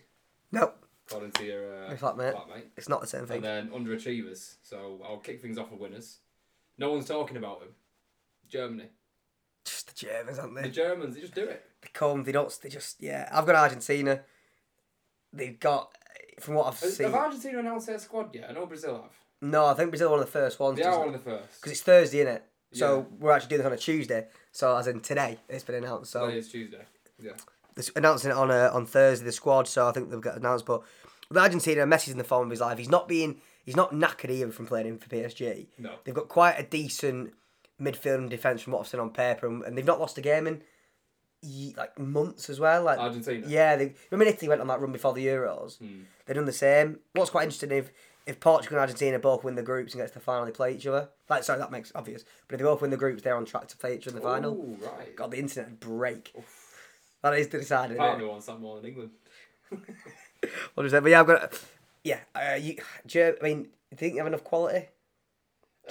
Speaker 1: No,
Speaker 2: according to your uh,
Speaker 1: My flatmate.
Speaker 2: flatmate.
Speaker 1: it's not the same
Speaker 2: And
Speaker 1: thing.
Speaker 2: then underachievers. So I'll kick things off with winners. No one's talking about them. Germany.
Speaker 1: Just the Germans, aren't they?
Speaker 2: The Germans, they just do it.
Speaker 1: they come, they don't, they just, yeah. I've got Argentina. They've got, from what I've
Speaker 2: Has,
Speaker 1: seen.
Speaker 2: have Argentina announced their squad yet? I know Brazil have.
Speaker 1: No, I think Brazil are one of the first ones.
Speaker 2: They are one of the first.
Speaker 1: Because it's Thursday, innit? So
Speaker 2: Yeah.
Speaker 1: we're actually doing this on a Tuesday. So as in today, it's been announced. So
Speaker 2: Today is Tuesday. Oh, Yeah.
Speaker 1: this, announcing it on uh, on Thursday the squad. So I think they'll get announced. But with Argentina, Messi's in the form of his life. He's not being he's not knackered even from playing him for PSG.
Speaker 2: No.
Speaker 1: they've got quite a decent midfield and defense from what I've seen on paper, and, and they've not lost a game in ye- like months as well. Like
Speaker 2: Argentina.
Speaker 1: yeah, they, remember Italy went on that run before the Euros.
Speaker 2: Hmm.
Speaker 1: They've done the same. What's quite interesting if if Portugal and Argentina both win the groups and get to the final, they play each other. Like sorry, that makes obvious. But if they both win the groups, they're on track to play each other in the final.
Speaker 2: Ooh, right.
Speaker 1: God, the internet would break. That is the decider. isn't it?
Speaker 2: Partner wants that more than England.
Speaker 1: What is that? But yeah, I've got. Yeah, uh, you, do you, I mean, do you think you have enough quality?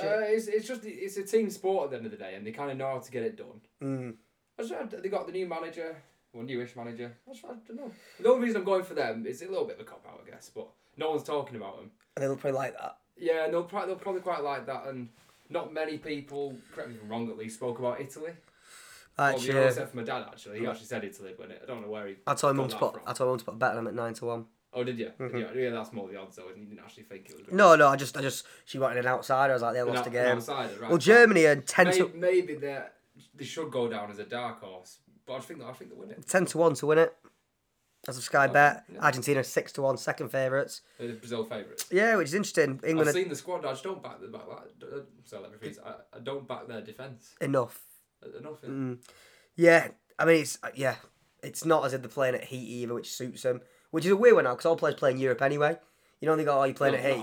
Speaker 2: Uh, it's, it's just it's a team sport at the end of the day, and they kind of know how to get it done.
Speaker 1: Mm.
Speaker 2: I just, they got the new manager, or newish manager. I, just, I don't know. The only reason I'm going for them is a little bit of a cop out, I guess, but no one's talking about them.
Speaker 1: And they'll probably like that.
Speaker 2: Yeah, and they'll, pro- they'll probably quite like that, and not many people, correct me if I'm wrong, at least spoke about Italy. Well, you
Speaker 1: Actually,
Speaker 2: know, except for my dad, actually. He actually said Italy, but I don't know where he.
Speaker 1: uh, I told my
Speaker 2: got
Speaker 1: mum to
Speaker 2: that
Speaker 1: put.
Speaker 2: from.
Speaker 1: I told my mum to put a bet on them at nine to one.
Speaker 2: Oh, did you?
Speaker 1: Mm-hmm.
Speaker 2: Yeah, yeah, that's more the odds, though, and you didn't actually think it was.
Speaker 1: No, no, I just, I just, she wanted an outsider. I was like, they
Speaker 2: An
Speaker 1: lost
Speaker 2: out-
Speaker 1: a
Speaker 2: an
Speaker 1: game.
Speaker 2: outsider, right.
Speaker 1: Well, Germany are ten
Speaker 2: Maybe,
Speaker 1: to
Speaker 2: maybe they're- they should go down as a dark horse, but I think I think they win it.
Speaker 1: ten to one to win it. As of Sky Bet, Argentina six to one, second favourites.
Speaker 2: They're the Brazil favourites.
Speaker 1: Yeah, which is interesting.
Speaker 2: I've
Speaker 1: England are
Speaker 2: seen the squad. I just don't back the back. That, so let me rephrase. I, I don't back their defence
Speaker 1: enough.
Speaker 2: enough.
Speaker 1: Mm. Yeah, I mean, it's uh, yeah, it's not as if they're playing at heat either, which suits them, which is a weird one now because all players play in Europe anyway. You know, they go, oh, you're playing
Speaker 2: No,
Speaker 1: at
Speaker 2: no,
Speaker 1: heat.
Speaker 2: I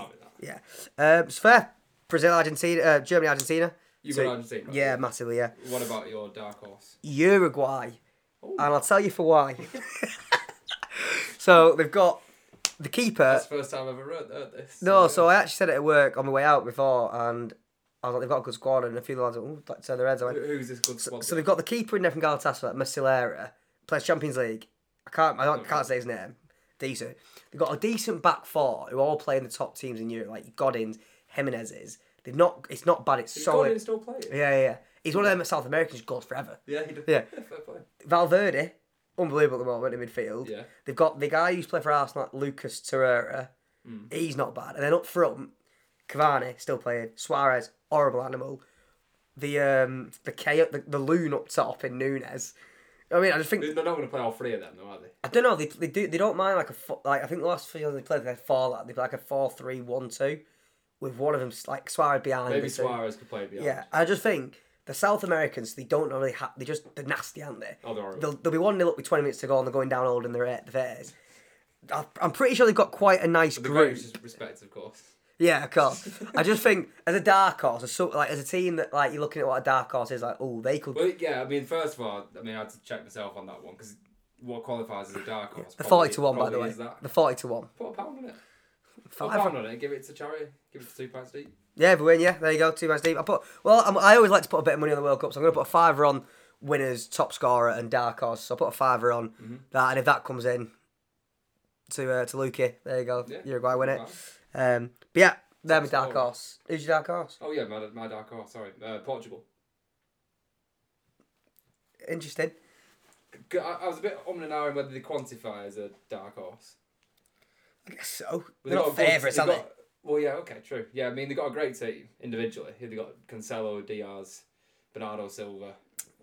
Speaker 2: mean
Speaker 1: Yeah, um, it's fair. Brazil, Argentina, uh, Germany, Argentina.
Speaker 2: You
Speaker 1: So-
Speaker 2: got Argentina. right?
Speaker 1: Yeah, massively. Yeah,
Speaker 2: What about your dark horse?
Speaker 1: Uruguay, and I'll tell you for why. so they've got the keeper.
Speaker 2: That's the first time I've ever heard, heard this.
Speaker 1: Uh, No, Oh, so I actually said it at work on my way out before, and I was like, they've got a good squad, and a few of the lads, oh, like turn their heads. I went,
Speaker 2: Who- Who's this good squad?
Speaker 1: So they've got the keeper in there from Galatasaray, Masilera, plays Champions League. I can't, I don't, can't say his name. Decent. They've got a decent back four who all play in the top teams in Europe, like Godin's, Jimenez's. They've not, it's not bad. It's
Speaker 2: He's gone in
Speaker 1: solid.
Speaker 2: and still playing.
Speaker 1: Yeah, yeah, yeah. He's one of them South Americans who goes forever.
Speaker 2: Yeah, he does.
Speaker 1: Yeah.
Speaker 2: Fair play.
Speaker 1: Valverde, unbelievable at the moment in midfield.
Speaker 2: Yeah.
Speaker 1: They've got the guy who's played for Arsenal, like Lucas Torreira.
Speaker 2: Hmm.
Speaker 1: He's not bad. And then up front, Cavani still playing. Suarez, horrible animal. The um the chaos, the, the loon up top in Nunes. I mean, I just think
Speaker 2: They're not going to play all three of them, though, are they?
Speaker 1: I don't know. They, they do they don't mind like a fo- like I think the last few years they played they four like they played like a four three one two, with one of them like Suarez behind.
Speaker 2: Maybe
Speaker 1: the two.
Speaker 2: Suarez could play behind.
Speaker 1: Yeah, I just think the South Americans they don't really have they just they're nasty, aren't they?
Speaker 2: Oh, they're horrible.
Speaker 1: They'll, they'll be one nil up with twenty minutes to go and they're going down holding their eh, the theirs. I- I'm pretty sure they've got quite a nice
Speaker 2: The
Speaker 1: group.
Speaker 2: greatest respect, of course.
Speaker 1: Yeah, of course. I just think as a dark horse, as so, like as a team that like you're looking at what a dark horse is like, oh they could
Speaker 2: Well, yeah, I mean, first of all, I mean, I had to check myself on that one because what qualifies as a dark horse?
Speaker 1: the
Speaker 2: probably-
Speaker 1: forty to one by the
Speaker 2: probably
Speaker 1: way.
Speaker 2: is that.
Speaker 1: The forty to one.
Speaker 2: Put a pound on it. Put a
Speaker 1: Five-
Speaker 2: pound on it and give it to charity. Give it to two pounds deep.
Speaker 1: Yeah, if we win, yeah, there you go, two man deep. I put well, I'm, I always like to put a bit of money on the World Cup, so I'm going to put a fiver on winners, top scorer, and dark horse. So I put a fiver on
Speaker 2: Mm-hmm.
Speaker 1: that, and if that comes in to uh, to Luki, there you go,
Speaker 2: Yeah.
Speaker 1: Uruguay win it.
Speaker 2: Wow.
Speaker 1: Um, but yeah, they're my dark
Speaker 2: scorer.
Speaker 1: horse. Who's your dark horse?
Speaker 2: Oh yeah, my, my dark horse. Sorry, uh, Portugal.
Speaker 1: Interesting.
Speaker 2: I, I was a bit on and on whether they quantify as a dark horse.
Speaker 1: I guess so.
Speaker 2: But
Speaker 1: They're not
Speaker 2: a good-
Speaker 1: favourites, are
Speaker 2: they've
Speaker 1: they?
Speaker 2: got- Well, yeah, okay, true. Yeah, I mean they got a great team individually. They got Cancelo, Diaz, Bernardo Silva,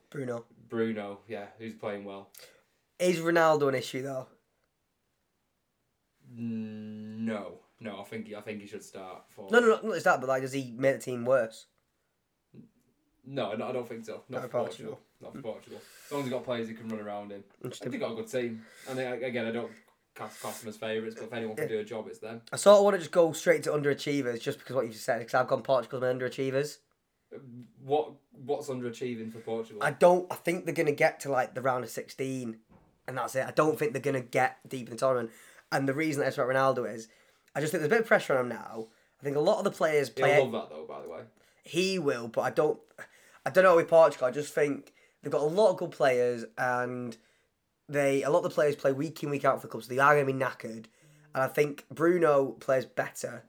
Speaker 1: Bruno.
Speaker 2: Bruno. Yeah, who's playing well.
Speaker 1: Is Ronaldo an issue though?
Speaker 2: Mm, No, no, I think I think he should start for.
Speaker 1: No, no, no, not just that, but like, does he make the team worse?
Speaker 2: No, no, I don't think so. Not,
Speaker 1: Not
Speaker 2: for
Speaker 1: Portugal.
Speaker 2: Portugal. Not for Portugal. As long as they got players who can run around him. I think
Speaker 1: Interesting.
Speaker 2: they got a good team. And they, again, I don't cast Costa as favourites, but if anyone can do a job, it's them.
Speaker 1: I sort of want to just go straight to underachievers, just because what you just said. Because I've gone Portugal as my underachievers.
Speaker 2: What What's underachieving for Portugal?
Speaker 1: I don't. I think they're gonna get to like the round of sixteen, and that's it. I don't think they're gonna get deep in the tournament. And the reason that's what Ronaldo is, I just think there's a bit of pressure on him now. I think a lot of the players
Speaker 2: He'll
Speaker 1: play.
Speaker 2: love that though, by the way.
Speaker 1: He will, but I don't. I don't know with Portugal. I just think they've got a lot of good players, and they a lot of the players play week in week out for the club, so they are gonna be knackered. And I think Bruno plays better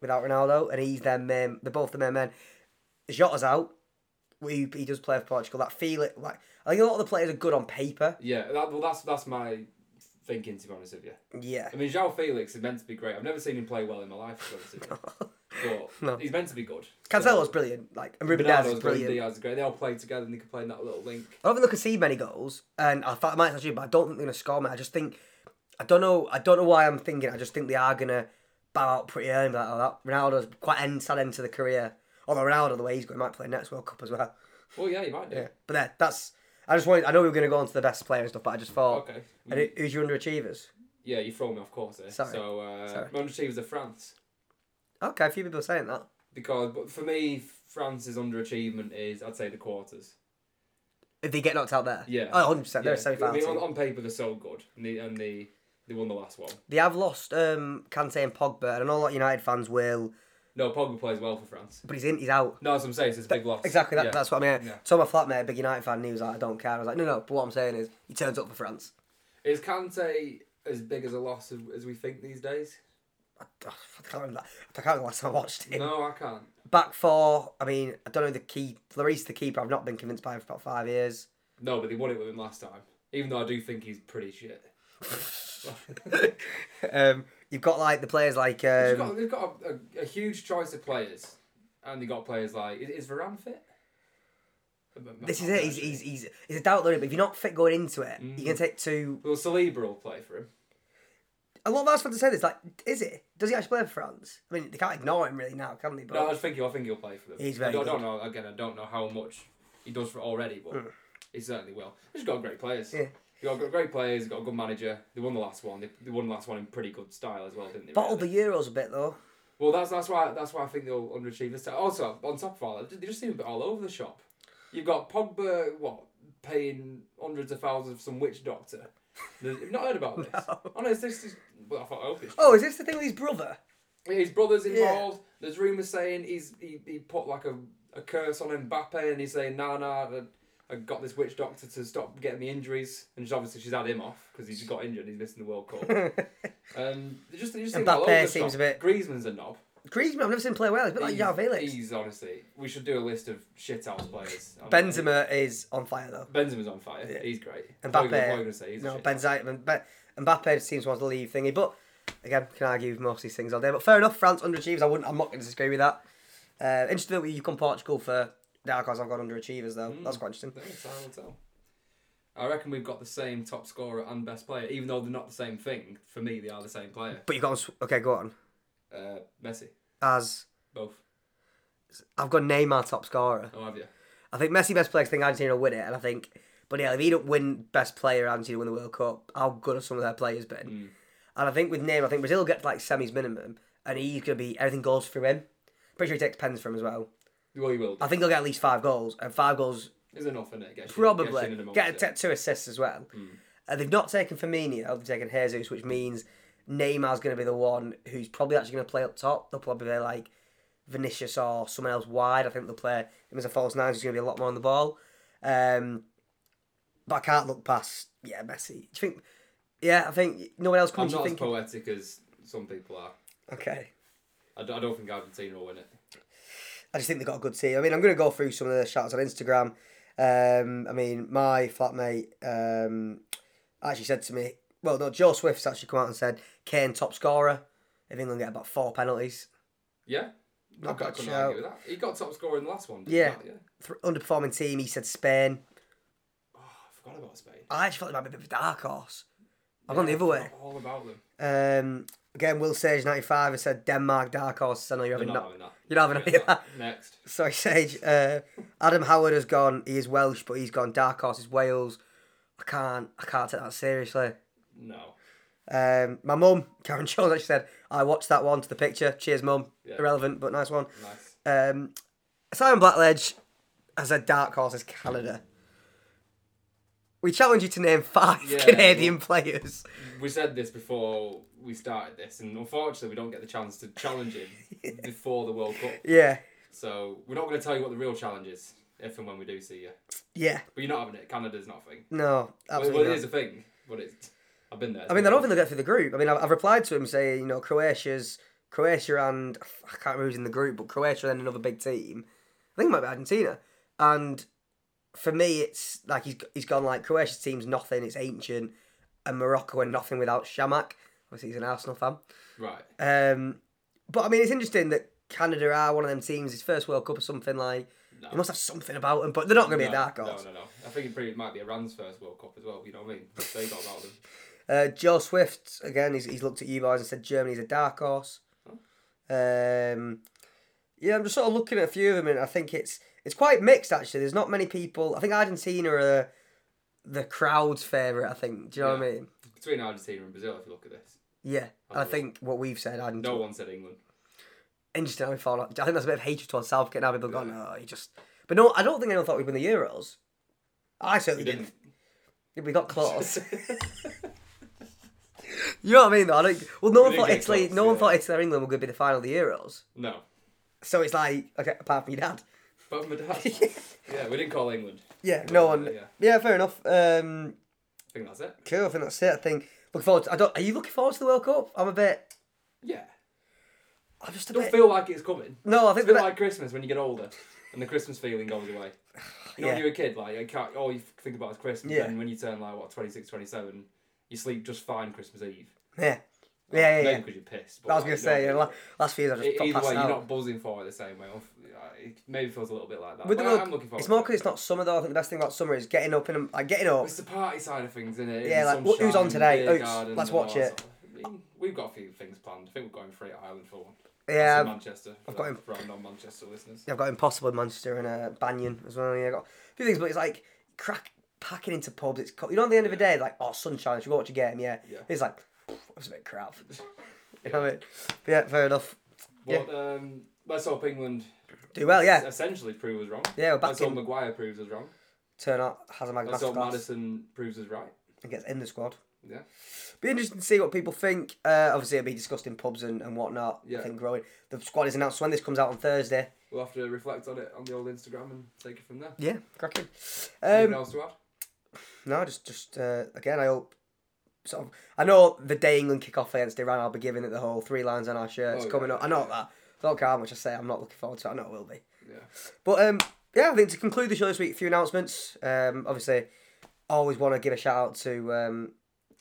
Speaker 1: without Ronaldo, and he's their main. They're both the main men. Jota's out. He, he does play for Portugal. That feel it like I think a lot of the players are good on paper.
Speaker 2: Yeah, that, well, that's that's my thinking, to be honest with you.
Speaker 1: Yeah.
Speaker 2: I mean, João Felix is meant to be great. I've never seen him play well in my life, to be honest with you. But
Speaker 1: No.
Speaker 2: he's meant to be good.
Speaker 1: Cancelo's brilliant. Like, and Ruben Diaz is
Speaker 2: Bernardo's good,
Speaker 1: brilliant.
Speaker 2: Diaz is great. They all play together and they can play in that little link.
Speaker 1: I don't think they can see many goals, and I thought I might actually, but I don't think they're gonna score. Mate. I just think I don't know. I don't know why I'm thinking. I just think they are gonna bow out pretty early. Like oh, that Ronaldo's quite end sad end to the career. Although Ronaldo, the way he's going, might play next World Cup as well.
Speaker 2: Well, yeah, you might do.
Speaker 1: Yeah, but there, that's. I just wanted. I know we were gonna go on to the best player and stuff, but I just thought.
Speaker 2: Okay.
Speaker 1: And it, who's your underachievers?
Speaker 2: Yeah, you throw me off course there.
Speaker 1: Sorry.
Speaker 2: So, uh,
Speaker 1: Sorry.
Speaker 2: my underachievers are France.
Speaker 1: Okay, a few people are saying that.
Speaker 2: Because, but for me, France's underachievement is, I'd say, the quarters.
Speaker 1: If they get knocked out there,
Speaker 2: Yeah.
Speaker 1: oh, 100 percent. They're a
Speaker 2: Yeah. I
Speaker 1: semi-final.
Speaker 2: mean,
Speaker 1: team.
Speaker 2: on, on paper, they're so good. And they, and they, they won the last one.
Speaker 1: They have lost um, Kante and Pogba, and all lot of United fans will.
Speaker 2: No, Pogba plays well for France.
Speaker 1: But he's in. He's out.
Speaker 2: No, that's what I'm saying. so It's a big loss.
Speaker 1: Exactly, that,
Speaker 2: Yeah.
Speaker 1: that's what I mean.
Speaker 2: Yeah.
Speaker 1: So my flatmate, a big United fan, and he was like, I don't care. I was like, no, no, but what I'm saying is, he turns up for France.
Speaker 2: Is Kante as big as a loss as, as we think these days?
Speaker 1: I, I can't remember that. I can't remember the last time I watched it.
Speaker 2: No, I can't.
Speaker 1: Back four, I mean, I don't know the key. Lloris, the keeper, I've not been convinced by for about five years.
Speaker 2: No, but they won it with him last time. Even though I do think he's pretty shit.
Speaker 1: um, you've got like the players like.
Speaker 2: they've
Speaker 1: Um,
Speaker 2: got, they've got a, a, a huge choice of players, and they got players like is, is Varane fit?
Speaker 1: this is it. He's, he's, he's, he's a doubt loader, but if you're not fit going into it, you
Speaker 2: Mm.
Speaker 1: can take two.
Speaker 2: Will Saliba will play for him?
Speaker 1: A lot of us fans have said this. Like, is it? Does he actually play for France? I mean, they can't ignore him really now, can they? But
Speaker 2: No, I think he'll. I think he'll play for them.
Speaker 1: He's very
Speaker 2: I don't, I
Speaker 1: good. Hmm.
Speaker 2: don't know. Again, I don't know how much he does for already, but he certainly will. He's got great players.
Speaker 1: Yeah.
Speaker 2: They've got great players. They've got a good manager. They won the last one. They, they won the last one in pretty good style as well, didn't they?
Speaker 1: bottled
Speaker 2: really?
Speaker 1: the Euros a bit though.
Speaker 2: Well, that's that's why that's why I think they'll underachieve this time. Also, on top of all that, they just seem a bit all over the shop. You've got Pogba, what paying hundreds of thousands of some witch doctor. You've not heard about this? Oh no, it's this. this well, I thought I hope it's
Speaker 1: Oh, is this the thing with his brother?
Speaker 2: yeah, his brother's
Speaker 1: Yeah.
Speaker 2: involved. There's rumours saying he's he, he put like a, a curse on Mbappe and he's saying, nah, nah, I- I got this witch doctor to stop getting me injuries. And she's obviously she's had him off because he's got injured and he's missing the World Cup. um, they just, they just seem all over
Speaker 1: Mbappe
Speaker 2: the
Speaker 1: seems
Speaker 2: shop.
Speaker 1: a bit-
Speaker 2: Griezmann's a knob.
Speaker 1: Griezmann, I've never seen him play well. He's a bit like João Felix.
Speaker 2: He's honestly, we should do a list of shit house players. I mean,
Speaker 1: Benzema is on fire though.
Speaker 2: Benzema's on fire. He's great. What are you
Speaker 1: Mbappe.
Speaker 2: gonna- what are you gonna say? He's a
Speaker 1: no,
Speaker 2: shit
Speaker 1: Benzema. Be- Mbappe seems to want to leave thingy, but again, can argue with most of these things all day. But fair enough, France underachievers. I wouldn't. I'm not going to disagree with that. Uh, interesting that you come Portugal for dark I've got underachievers though. That's quite interesting.
Speaker 2: No, time will tell. I reckon we've got the same top scorer and best player, even though they're not the same thing. For me, they are the same player.
Speaker 1: But you got on, sw- okay. Go on.
Speaker 2: Uh, Messi,
Speaker 1: As
Speaker 2: both.
Speaker 1: I've got Neymar top scorer.
Speaker 2: Oh, have you?
Speaker 1: I think Messi best player. 'cause I think Argentina will win it, and I think. But yeah, if he don't win best player, Argentina win the World Cup. How good have some of their players been? And I think with Neymar, I think Brazil will get to like semis minimum, and he's gonna be everything goes through him. Pretty sure he takes pens from as well.
Speaker 2: Well, you will.
Speaker 1: I think he'll get at least five goals, and five goals
Speaker 2: There's enough in it. Gets you- gets you in
Speaker 1: probably
Speaker 2: and amongst
Speaker 1: get
Speaker 2: it.
Speaker 1: t- two assists as well.
Speaker 2: Hmm.
Speaker 1: Uh, they've not taken Firmino, they've taken Jesus, which means Neymar's going to be the one who's probably actually going to play up top. They'll probably play like Vinicius or someone else wide. I think they'll play him as a false nine. He's going to be a lot more on the ball. Um, but I can't look past yeah Messi. Do you think? Yeah, I think no one else
Speaker 2: I'm
Speaker 1: comes.
Speaker 2: not
Speaker 1: to
Speaker 2: as
Speaker 1: think.
Speaker 2: poetic as some people are.
Speaker 1: Okay.
Speaker 2: I don't, I don't think Argentina will win it.
Speaker 1: I just think they've got a good team. I mean, I'm going to go through some of the shouts on Instagram. Um, I mean, my flatmate um, actually said to me, well, no, Joe Swift's actually come out and said, Kane top scorer. If England get about four penalties,
Speaker 2: Yeah.
Speaker 1: Not
Speaker 2: I
Speaker 1: bad
Speaker 2: couldn't
Speaker 1: shout.
Speaker 2: argue with that. He got top scorer in the last one. Didn't
Speaker 1: Yeah.
Speaker 2: He? yeah.
Speaker 1: Th- underperforming team, he said Spain.
Speaker 2: Oh, I forgot about Spain.
Speaker 1: I actually thought it might be a bit of a dark horse. I've gone the
Speaker 2: Yeah,
Speaker 1: other way.
Speaker 2: forgot All about them.
Speaker 1: Um, again, Will Sage ninety five has said Denmark dark horse. I know you're
Speaker 2: They're
Speaker 1: having
Speaker 2: not
Speaker 1: not.
Speaker 2: having that.
Speaker 1: You're not having
Speaker 2: Forget
Speaker 1: any of
Speaker 2: that. Next.
Speaker 1: Sorry, Sage. Uh, Adam Howard has gone. He is Welsh, but he's gone dark horse. Is Wales. I can't. I can't take that seriously.
Speaker 2: No.
Speaker 1: Um, my mum, Karen Jones, actually said, I watched that one to the picture. Cheers, mum.
Speaker 2: Yeah.
Speaker 1: Irrelevant, but nice one.
Speaker 2: Nice.
Speaker 1: Um, Simon Blackledge has a dark horse as Canada. We challenge you to name five
Speaker 2: Yeah,
Speaker 1: Canadian players.
Speaker 2: We said this before we started this, and unfortunately, we don't get the chance to challenge him before the World Cup.
Speaker 1: Yeah,
Speaker 2: So we're not going to tell you what the real challenge is if and when we do see you.
Speaker 1: yeah,
Speaker 2: But you're not having it. Canada's not a thing.
Speaker 1: no,
Speaker 2: Well,
Speaker 1: absolutely.
Speaker 2: well, it
Speaker 1: not.
Speaker 2: is a thing, but it's. I've been there.
Speaker 1: I mean, I don't think they'll get through the group. I mean, I've, I've replied to him saying, you know, Croatia's Croatia and I can't remember who's in the group, but Croatia and another big team. I think it might be Argentina. And for me, it's like he's he's gone like Croatia's team's nothing. It's ancient. and Morocco are nothing without Shamak. Obviously, he's an Arsenal fan.
Speaker 2: Right.
Speaker 1: Um, but I mean, it's interesting that Canada are one of them teams. His first World Cup or something like.
Speaker 2: No.
Speaker 1: They must have something about them, but they're not going to be a dark
Speaker 2: no, no,
Speaker 1: horse.
Speaker 2: no, no. I think it pretty might be Iran's first World Cup as well. You know what I mean? They got about them.
Speaker 1: Uh, Joe Swift again. He's, he's looked at you guys and said Germany's a dark horse. Um, yeah, I'm just sort of looking at a few of them, and I think it's it's quite mixed actually. There's not many people. I think Argentina are the crowd's favorite. I think. Do you know what I mean?
Speaker 2: Between Argentina and Brazil, if you look at this,
Speaker 1: Yeah, and I
Speaker 2: yeah.
Speaker 1: think what we've said, I
Speaker 2: no one said England.
Speaker 1: interesting how we fall. out. I think that's a bit of hatred towards Southgate now. People go, no, he just. But no, I don't think anyone thought we'd win the Euros. I certainly
Speaker 2: We
Speaker 1: didn't.
Speaker 2: didn't.
Speaker 1: We got close. you know what I mean? Though I don't. Well, no one
Speaker 2: didn't
Speaker 1: thought
Speaker 2: get
Speaker 1: Italy.
Speaker 2: close,
Speaker 1: no one
Speaker 2: yeah.
Speaker 1: thought Italy or England were going to be the final of the Euros.
Speaker 2: no.
Speaker 1: So it's like okay, apart from your dad.
Speaker 2: But my dad. yeah, we didn't call England.
Speaker 1: Yeah, no one. Yeah,
Speaker 2: Yeah.
Speaker 1: fair enough. Um,
Speaker 2: I think that's it.
Speaker 1: cool. I think that's it. I think looking forward. To, I don't. Are you looking forward to the World Cup? I'm a bit.
Speaker 2: Yeah.
Speaker 1: I'm just a
Speaker 2: Don't
Speaker 1: bit.
Speaker 2: feel like it's coming.
Speaker 1: no, I think
Speaker 2: It's a
Speaker 1: we're
Speaker 2: bit like Christmas when you get older and the Christmas feeling goes away. You
Speaker 1: Yeah.
Speaker 2: know, when you're a kid, like, you can't, all you think about is Christmas.
Speaker 1: Yeah.
Speaker 2: And when you turn, like, what, 26, 27, you sleep just fine Christmas Eve.
Speaker 1: yeah, yeah, yeah.
Speaker 2: Maybe
Speaker 1: yeah.
Speaker 2: because you're pissed. but,
Speaker 1: I was
Speaker 2: like,
Speaker 1: gonna
Speaker 2: you
Speaker 1: say,
Speaker 2: know,
Speaker 1: yeah, la- last few years I
Speaker 2: e-
Speaker 1: just got
Speaker 2: Either
Speaker 1: passed
Speaker 2: way, you're
Speaker 1: out.
Speaker 2: not buzzing for it the same way. Unf- It maybe feels a little bit like that.
Speaker 1: With
Speaker 2: But
Speaker 1: the
Speaker 2: I-
Speaker 1: World-
Speaker 2: I'm looking forward
Speaker 1: It's
Speaker 2: to
Speaker 1: more
Speaker 2: it.
Speaker 1: because it's not summer though. I think the best thing about summer is getting up in a- like getting up.
Speaker 2: It's the party side of things, isn't it?
Speaker 1: Yeah,
Speaker 2: The
Speaker 1: like, what- who's on
Speaker 2: sunshine,
Speaker 1: today?
Speaker 2: beer
Speaker 1: Oops,
Speaker 2: garden
Speaker 1: let's
Speaker 2: and all
Speaker 1: watch
Speaker 2: that
Speaker 1: it.
Speaker 2: sort of- We've got a few things planned. I think we're going Freight Island for one. That's in
Speaker 1: Yeah,
Speaker 2: Manchester.
Speaker 1: I've got
Speaker 2: I've got
Speaker 1: him.
Speaker 2: him. For our non-Manchester listeners.
Speaker 1: I've got Impossible in Manchester and uh, Banyan as well. Yeah, I got a few things, but it's like crack packing into pubs. It's co- you know at the end of the day, like oh sunshine, should we watch a game? Yeah,
Speaker 2: Yeah.
Speaker 1: it's like pff, it's a bit crap. you know what I mean? But yeah, fair enough.
Speaker 2: But um, let's hope England
Speaker 1: Do well, yeah.
Speaker 2: essentially prove us wrong.
Speaker 1: Yeah, we're back
Speaker 2: Let's hope
Speaker 1: in-
Speaker 2: Maguire proves us wrong.
Speaker 1: Turn up, has a
Speaker 2: Let's hope
Speaker 1: masterclass
Speaker 2: Madison proves us right.
Speaker 1: and gets in the squad.
Speaker 2: Yeah.
Speaker 1: Be interesting to see what people think. Uh, obviously, it'll be discussed in pubs and, and whatnot. I
Speaker 2: Yeah.
Speaker 1: think growing. The squad is announced when this comes out on Thursday.
Speaker 2: We'll have to reflect on it on the old Instagram and take it from there.
Speaker 1: Yeah, cracking.
Speaker 2: Anything
Speaker 1: Um,
Speaker 2: else to add?
Speaker 1: No, just just uh, again, I hope. Sort of, I know the day England kick off against Iran, I'll be giving it the whole three lines on our shirts
Speaker 2: Oh,
Speaker 1: coming
Speaker 2: yeah,
Speaker 1: up. I know
Speaker 2: yeah.
Speaker 1: that. I don't care how much I say, I'm not looking forward to it. I know it will be.
Speaker 2: Yeah.
Speaker 1: But um, yeah, I think to conclude the show this week, a few announcements. Um, obviously, always want to give a shout out to um,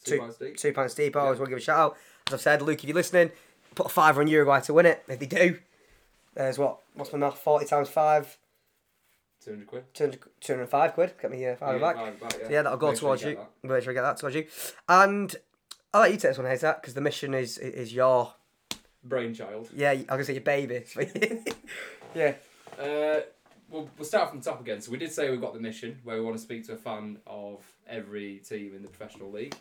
Speaker 2: Two
Speaker 1: Two-
Speaker 2: bites to eat.
Speaker 1: Two Pound Steve. I always want to give a shout out. As I've said, Luke, if you're listening, put a fiver on Uruguay to win it. If they do, there's what? What's my math? 40 times 5,
Speaker 2: 200 quid.
Speaker 1: 200, 205 quid. Get me uh, fiver
Speaker 2: Yeah,
Speaker 1: back.
Speaker 2: five back,
Speaker 1: So yeah, that'll go
Speaker 2: Make sure
Speaker 1: towards
Speaker 2: get
Speaker 1: you.
Speaker 2: that.
Speaker 1: Make sure I get that towards you. And I'll let you take this one, Hayes, because the mission is is your
Speaker 2: Brainchild.
Speaker 1: yeah. I'm gonna say your baby. yeah,
Speaker 2: Uh, we'll, we'll start from the top again. So we did say we've got the mission where we want to speak to a fan of every team in the professional league.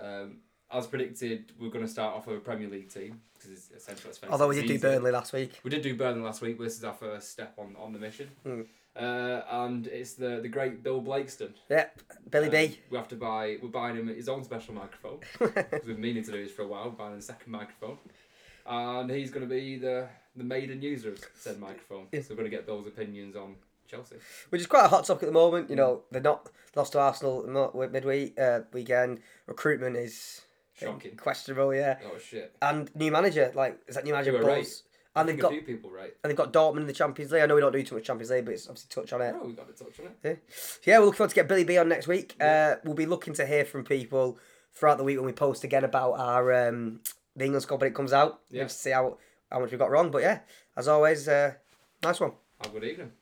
Speaker 2: Um, as predicted, we're going to start off with a Premier League team because it's essentially. let's face it,
Speaker 1: although we
Speaker 2: it's
Speaker 1: did do
Speaker 2: easier.
Speaker 1: Burnley last week.
Speaker 2: We did do Burnley last week. but This is our first step on, on the mission,
Speaker 1: Hmm.
Speaker 2: uh, and it's the the great Bill Blakeston.
Speaker 1: Yep, Billy
Speaker 2: Um,
Speaker 1: B.
Speaker 2: We have to buy. We're buying him his own special microphone because we've been meaning to do this for a while. Buying him a second microphone, and he's going to be the the maiden user of said microphone.
Speaker 1: Yeah.
Speaker 2: So we're going to get Bill's opinions on Chelsea.
Speaker 1: which is quite a hot topic at the moment.
Speaker 2: Hmm.
Speaker 1: You know, they're not lost to Arsenal not midweek uh, weekend. Recruitment is
Speaker 2: Shocking.
Speaker 1: questionable. Yeah,
Speaker 2: Oh shit!
Speaker 1: and new manager like is that new manager
Speaker 2: They were
Speaker 1: Buzz?
Speaker 2: right.
Speaker 1: And
Speaker 2: I
Speaker 1: they've
Speaker 2: think
Speaker 1: got
Speaker 2: a few people right.
Speaker 1: and they've got Dortmund in the Champions League. I know we don't do too much Champions League, but it's obviously touch on it.
Speaker 2: Oh, we got to touch on it.
Speaker 1: Yeah. So yeah, we're looking forward to get Billy B on next week. Uh, we'll be looking to hear from people throughout the week when we post again about our um, the England squad when it comes out.
Speaker 2: Yeah.
Speaker 1: Just to see how how much we got wrong. But yeah, as always, uh, nice one.
Speaker 2: Have a good evening.